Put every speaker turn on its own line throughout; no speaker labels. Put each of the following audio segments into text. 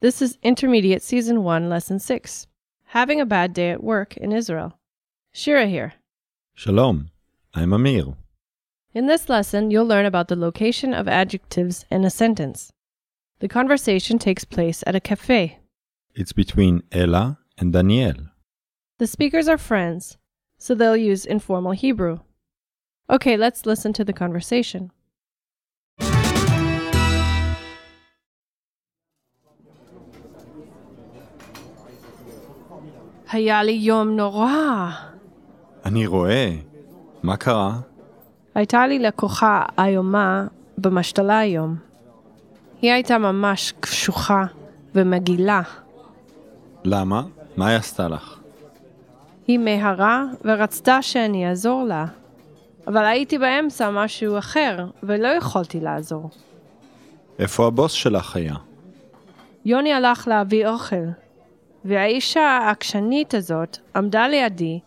This is Intermediate Season 1, Lesson 6 Having a Bad Day at Work in Israel. Shira here.
Shalom, I'm Amir.
In this lesson, you'll learn about the location of adjectives in a sentence. The conversation takes place at a cafe.
It's between Ella and Daniel.
The speakers are friends, so they'll use informal Hebrew. Okay, let's listen to the conversation. היה לי יום נורא.
אני רואה. מה קרה?
הייתה לי לקוחה איומה במשתלה היום. היא הייתה ממש קשוחה ומגעילה.
למה? מה היא עשתה לך?
היא מהרה ורצתה שאני אעזור לה. אבל הייתי באמצע משהו אחר, ולא יכולתי לעזור.
איפה הבוס שלך היה?
יוני הלך להביא אוכל, והאישה העקשנית הזאת עמדה לידי,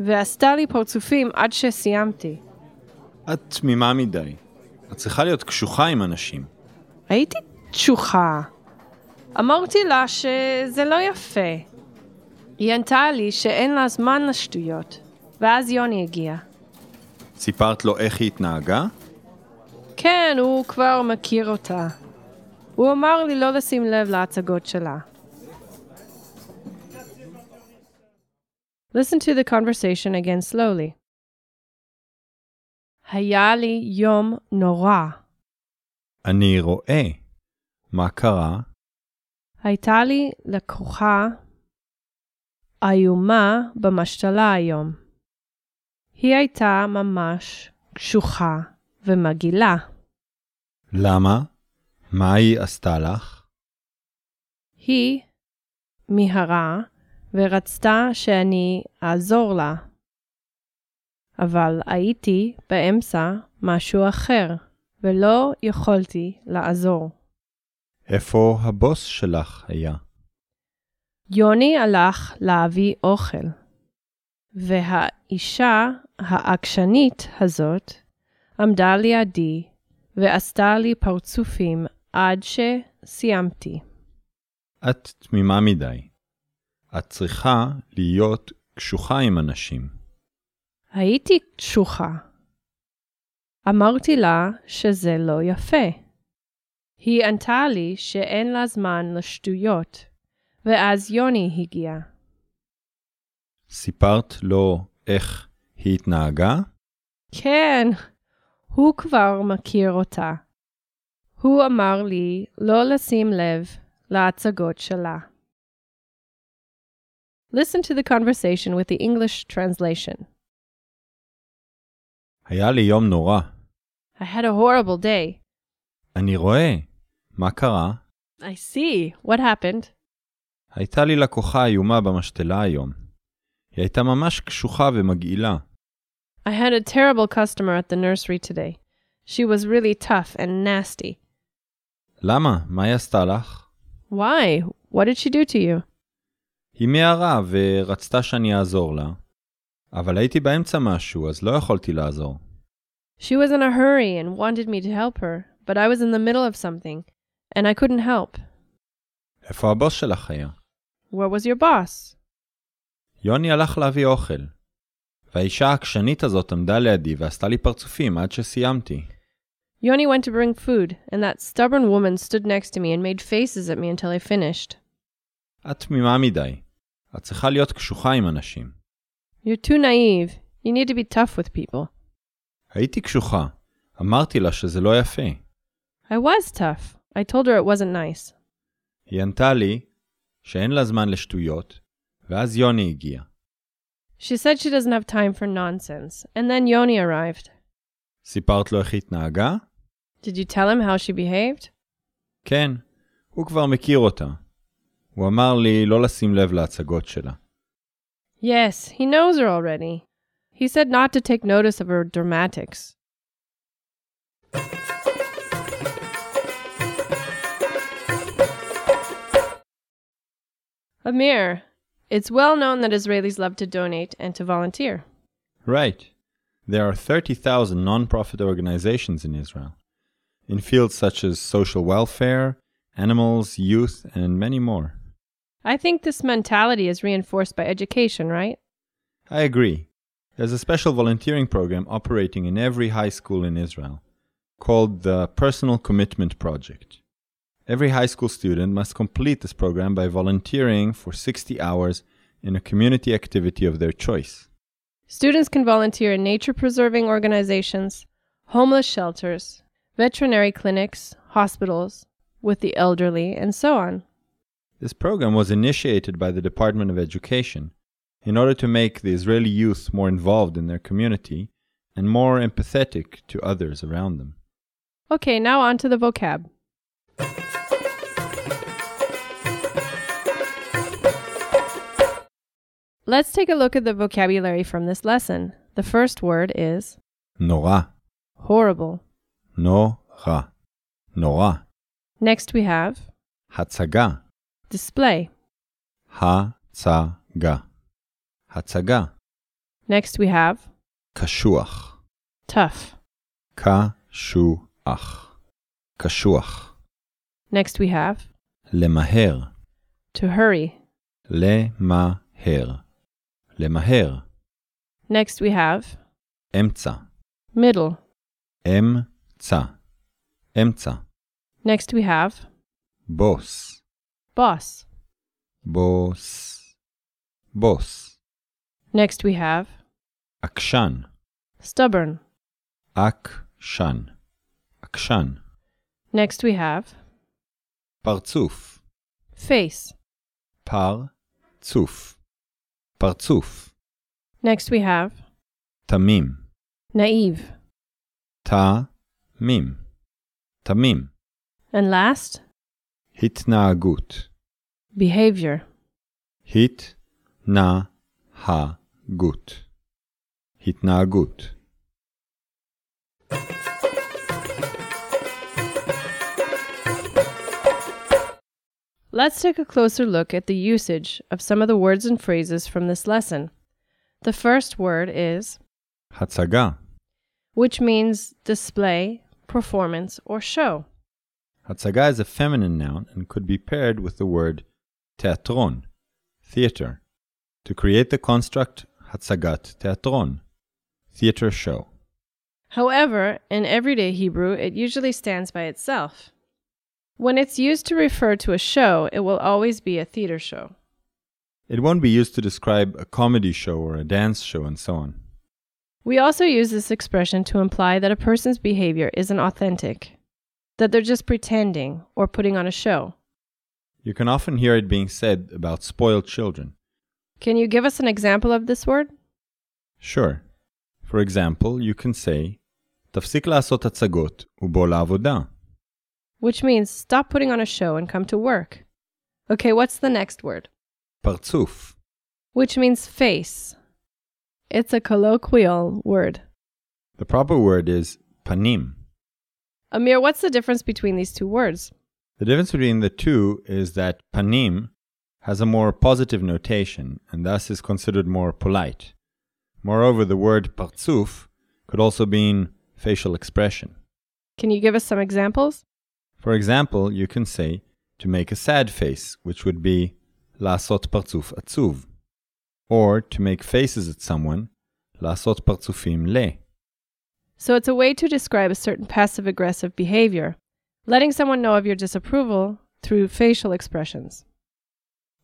ועשתה לי פרצופים עד שסיימתי.
את תמימה מדי. את צריכה להיות קשוחה עם אנשים.
הייתי תשוכה. אמרתי לה שזה לא יפה. היא ענתה לי שאין לה זמן לשטויות, ואז יוני הגיע.
סיפרת לו איך היא התנהגה?
כן, הוא כבר מכיר אותה. הוא אמר לי לא לשים לב להצגות שלה. Listen to the conversation again slowly. היה לי יום נורא.
אני רואה. מה קרה?
הייתה לי לקוחה איומה במשתלה היום. היא הייתה ממש קשוחה ומגעילה.
למה? מה היא עשתה לך?
היא מיהרה ורצתה שאני אעזור לה. אבל הייתי באמצע משהו אחר, ולא יכולתי לעזור.
איפה הבוס שלך היה?
יוני הלך להביא אוכל, והאישה העקשנית הזאת עמדה לידי ועשתה לי פרצופים עד שסיימתי.
את תמימה מדי. את צריכה להיות קשוחה עם אנשים.
הייתי קשוחה. אמרתי לה שזה לא יפה. היא ענתה לי שאין לה זמן לשטויות, ואז יוני הגיע.
סיפרת לו איך היא התנהגה?
כן, הוא כבר מכיר אותה. הוא אמר לי לא לשים לב להצגות שלה. Listen to the conversation with the English translation.
היה לי יום נורא.
I had a horrible day.
אני רואה. מה קרה?
I see. What happened?
הייתה לי לקוחה איומה במשתלה היום. היא הייתה ממש קשוחה ומגעילה.
I had a terrible customer at the nursery today. She was really tough and nasty.
למה? מה היא עשתה לך?
Why? What did she do to you?
היא מיהרה ורצתה שאני אעזור לה, אבל הייתי באמצע משהו, אז לא יכולתי לעזור.
She was in a hurry and wanted me to help her, but I was in the middle of something, and I couldn't help.
איפה הבוס שלך היה?
Where was your boss?
יוני הלך להביא אוכל. והאישה העקשנית הזאת עמדה לידי ועשתה לי פרצופים עד שסיימתי.
Yoni went to bring food, and that stubborn woman stood next to me and made faces at me until I finished.
את תמימה מדי. את צריכה להיות קשוחה עם אנשים.
You're too naive. You need to be tough with people.
הייתי קשוחה. אמרתי לה שזה לא יפה.
I was tough. I told her it wasn't nice.
היא ענתה לי שאין לה זמן לשטויות, ואז יוני הגיע.
She said she doesn't have time for nonsense, and then Yoni arrived.
סיפרת לו איך היא התנהגה?
Did you tell him how she behaved?
כן, הוא כבר מכיר אותה. הוא אמר לי לא לשים לב להצגות שלה.
Yes, he knows her already. He said not to take notice of her dramatics. Amir, it's well known that Israelis love to donate and to volunteer.
Right. There are 30,000 non-profit organizations in Israel in fields such as social welfare, animals, youth, and many more.
I think this mentality is reinforced by education, right?
I agree. There's a special volunteering program operating in every high school in Israel called the Personal Commitment Project. Every high school student must complete this program by volunteering for 60 hours in a community activity of their choice.
Students can volunteer in nature preserving organizations, homeless shelters, veterinary clinics, hospitals, with the elderly, and so on.
This program was initiated by the Department of Education in order to make the Israeli youth more involved in their community and more empathetic to others around them.
Okay, now on to the vocab. Let's take a look at the vocabulary from this lesson. The first word is
Nora,
horrible.
Nora, Nora,
Next we have
Hatzaga,
display.
Hatzaga, Hatzaga,
Next we have
Kashuach,
tough.
Kashuach, Kashuach,
Next we have
Lemaher,
to hurry.
Lemaher, Lemaher,
Next we have
Emza,
middle.
Emza, Emza,
Next we have
Boss.
boss.
Boss. Boss.
Next we have
Akshan.
stubborn.
Akshan. Akshan.
Next we have
Parzuf.
face.
Parzuf. Parzuf.
Next we have
Tamim.
naive.
Tamim. Tamim.
And last,
Hitnaagut.
behavior.
Hitnaagut. Hitnaagut.
Let's take a closer look at the usage of some of the words and phrases from this lesson. The first word is,
Hatzaga.
which means display, performance, or show.
Hatzaga is a feminine noun and could be paired with the word teatron, theater, to create the construct Hatzagat teatron, theater show.
However, in everyday Hebrew, it usually stands by itself. When it's used to refer to a show, it will always be a theater show.
It won't be used to describe a comedy show or a dance show and so on.
We also use this expression to imply that a person's behavior isn't authentic, that they're just pretending or putting on a show.
You can often hear it being said about spoiled children.
Can you give us an example of this word?
Sure. For example, you can say, תפסיק לעשות הצגות ובוא לעבודה.
which means stop putting on a show and come to work. Okay, what's the next word?
פרצוף,
Which means face. It's a colloquial word.
the proper word is panim.
Amir, what's the difference between these two words?
The difference between the two is that panim has a more positive notation and thus is considered more polite. Moreover, the word parzuf could also mean facial expression.
Can you give us some examples?
For example, you can say to make a sad face, which would be lasot parzuf atzuv, or to make faces at someone, lasot parzufim le.
So it's a way to describe a certain passive aggressive behavior, letting someone know of your disapproval through facial expressions.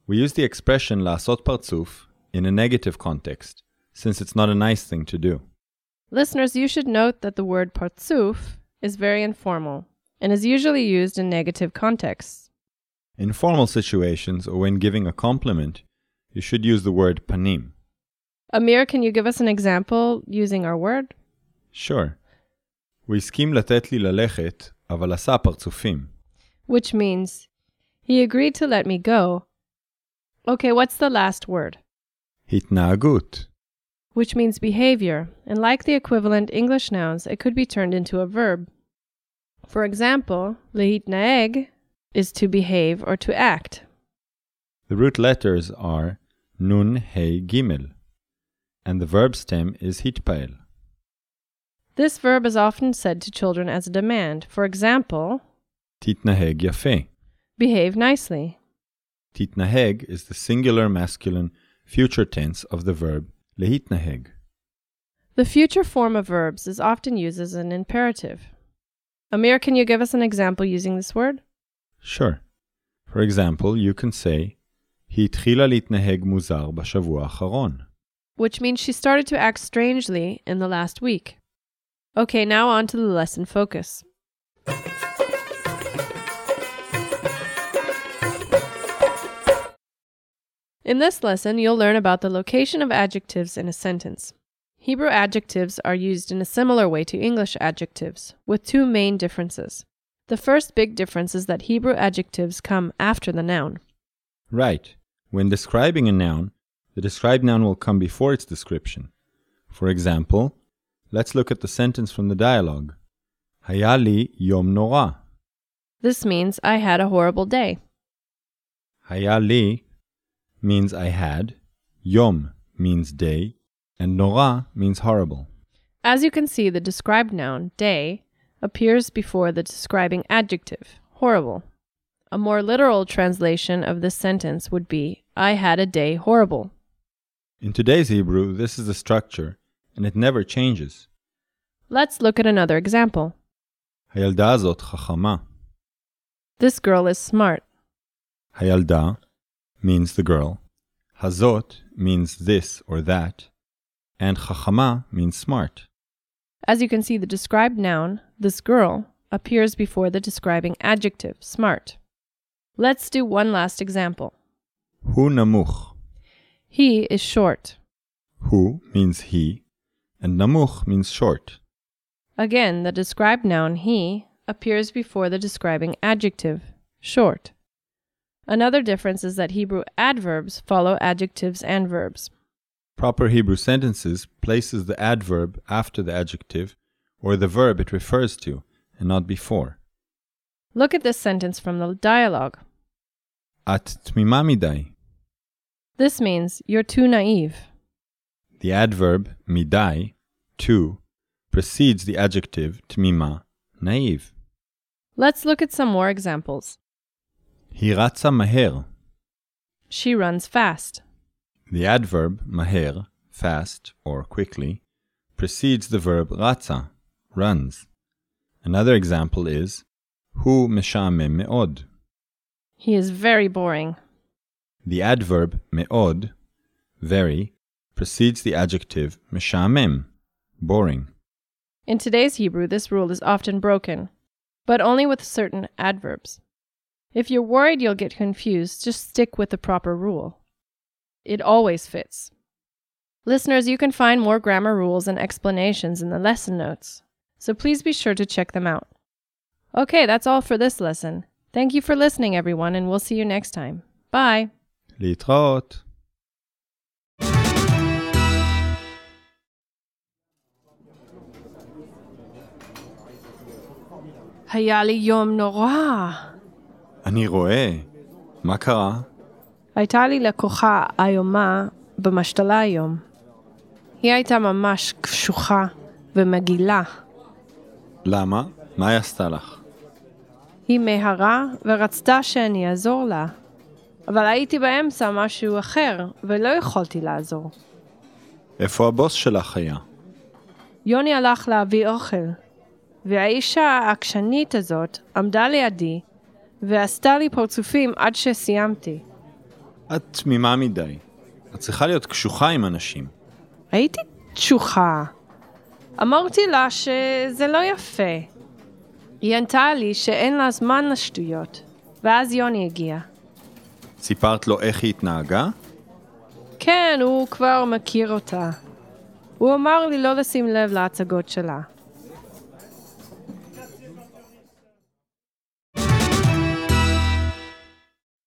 We use the expression lasot parzuf in a negative context, since it's not a nice thing to do.
Listeners, you should note that the word partsuf is very informal and is usually used in negative contexts.
In formal situations or when giving a compliment, you should use the word panim.
Amir, can you give us an example using our word?
Sure. הוא הסכים לתת לי ללכת, אבל עשה פרצופים.
which means he agreed to let me go. Okay, what's the last word?
התנהגות,
Which means behavior, and like the equivalent English nouns, it could be turned into a verb. For example, lehitnaeg is to behave or to act.
the root letters are nun he gimel, and the verb stem is hitpael.
This verb is often said to children as a demand. For example,
תתנהג יפה,
behave nicely.
Titnaheg is the singular masculine future tense of the verb lehitnaheg.
The future form of verbs is often used as an imperative. Amir, can you give us an example using this word?
Sure. For example, you can say, היא התחילה להתנהג מוזר בשבוע האחרון.
Which means she started to act strangely in the last week. Okay, now on to the lesson focus. In this lesson, you'll learn about the location of adjectives in a sentence. Hebrew adjectives are used in a similar way to English adjectives, with two main differences. The first big difference is that Hebrew adjectives come after the noun.
Right. When describing a noun, the described noun will come before its description. For example, let's look at the sentence from the dialogue. היה לי יום נורא.
This means I had a horrible day.
היה לי means I had, יום means day, and נורא means horrible.
As you can see, the described noun, day, appears before the describing adjective, horrible. A more literal translation of this sentence would be I had a day horrible.
In today's Hebrew, this is the structure, and it never changes.
Let's look at another example.
הילדה הזאת חכמה.
This girl is smart.
הילדה means the girl. Hazot means this or that. And chachama means smart.
As you can see, the described noun, this girl, appears before the describing adjective, smart. Let's do one last example.
Hu namuch.
He is short.
Hu means he, and namuch means short.
Again, the described noun he appears before the describing adjective, short. Another difference is that Hebrew adverbs follow adjectives and verbs.
Proper Hebrew sentences places the adverb after the adjective or the verb it refers to, and not before.
Look at this sentence from the dialogue.
At tmima midai.
This means you're too naive.
The adverb midai, to, precedes the adjective tmima, naive.
Let's look at some more examples.
Hi ratza maher.
She runs fast.
The adverb maher, fast or quickly, precedes the verb ratza, runs. Another example is hu meshamem meod.
He is very boring.
The adverb meod, very, precedes the adjective meshamem, boring.
In today's Hebrew, this rule is often broken, but only with certain adverbs. If you're worried you'll get confused, just stick with the proper rule. It always fits. Listeners, you can find more grammar rules and explanations in the lesson notes, so please be sure to check them out. Okay, that's all for this lesson. Thank you for listening, everyone, and we'll see you next time. Bye.
Litraot.
Hayali Yom Nora.
אני רואה. מה קרה?
הייתה לי לקוחה איומה במשתלה היום. היא הייתה ממש קשוחה ומגעילה.
למה? מה היא עשתה לך?
היא מהרה ורצתה שאני אעזור לה. אבל הייתי באמצע משהו אחר, ולא יכולתי לעזור.
איפה הבוס שלך היה?
יוני הלך להביא אוכל, והאישה העקשנית הזאת עמדה לידי ועשתה לי פרצופים עד שסיימתי.
את תמימה מדי. את צריכה להיות קשוחה עם אנשים.
הייתי תשוכה. אמרתי לה שזה לא יפה. היא ענתה לי שאין לה זמן לשטויות, ואז יוני הגיע.
סיפרת לו איך היא התנהגה?
כן, הוא כבר מכיר אותה. הוא אמר לי לא לשים לב להצגות שלה.